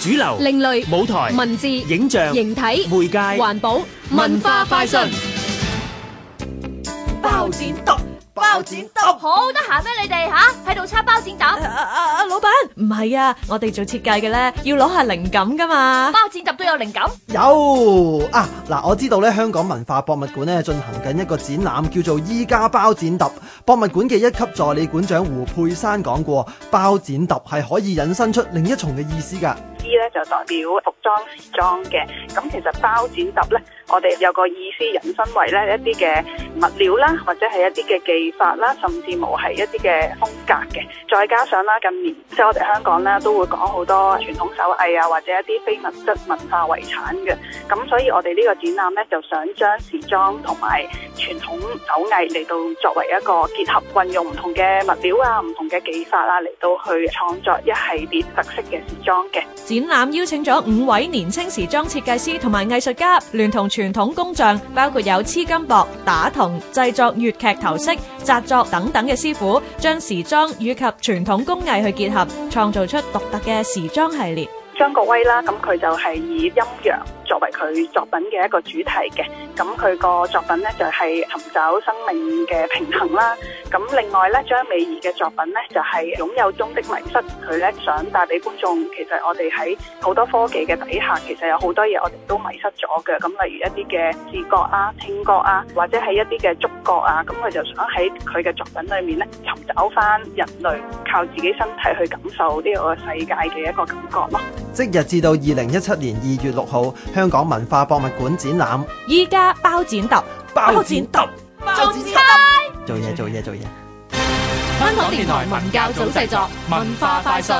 主流、另類舞台、文字、影像、形體、媒介、環保、文化快訊。包剪揼，包剪揼。好得閒咩？你哋吓喺度叉包剪啊揼，啊啊！老闆，唔係啊，我哋做設計嘅咧，要攞下靈感噶嘛。包剪揼都有靈感。有啊！嗱，我知道咧，香港文化博物館咧進行緊一個展覽，叫做《依家包剪揼》。博物館嘅一級助理館長胡佩珊講過，包剪揼係可以引申出另一重嘅意思㗎。衣咧就代表服裝時裝嘅，咁其實包剪揼咧，我哋有個意思引申為咧一啲嘅物料啦，或者係一啲嘅技法啦，甚至乎係一啲嘅風格嘅。再加上啦，近年即係我哋香港咧都會講好多傳統手藝啊，或者一啲非物質文化遺產嘅。咁所以我哋呢個展覽咧就想將時裝同埋傳統手藝嚟到作為一個結合，運用唔同嘅物料啊、唔同嘅技法啊，嚟到去創作一系列特色嘅時裝嘅。展覽邀請咗五位年青時裝設計師同埋藝術家，聯同傳統工匠，包括有黐金箔、打銅、製作粵劇頭飾、紮作等等嘅師傅，將時裝以及傳統工藝去結合，創造出獨特嘅時裝系列。張國威啦，咁佢就係以陰陽作為佢作品嘅一個主題嘅，咁佢個作品呢，就係尋找生命嘅平衡啦。咁另外咧，張美儀嘅作品咧就係、擁有中的迷失，佢咧想帶俾觀眾，其實我哋喺好多科技嘅底下，其實有好多嘢我哋都迷失咗嘅。咁例如一啲嘅視覺啊、聽覺啊，或者係一啲嘅觸覺啊，咁佢就想喺佢嘅作品裏面咧尋找翻人類靠自己身體去感受呢個世界嘅一個感覺咯。即日至到二零一七年二月六號，香港文化博物館展覽依家包剪揼，包剪揼，包剪做嘢做嘢做嘢。香港電台文教組製作，文化快訊。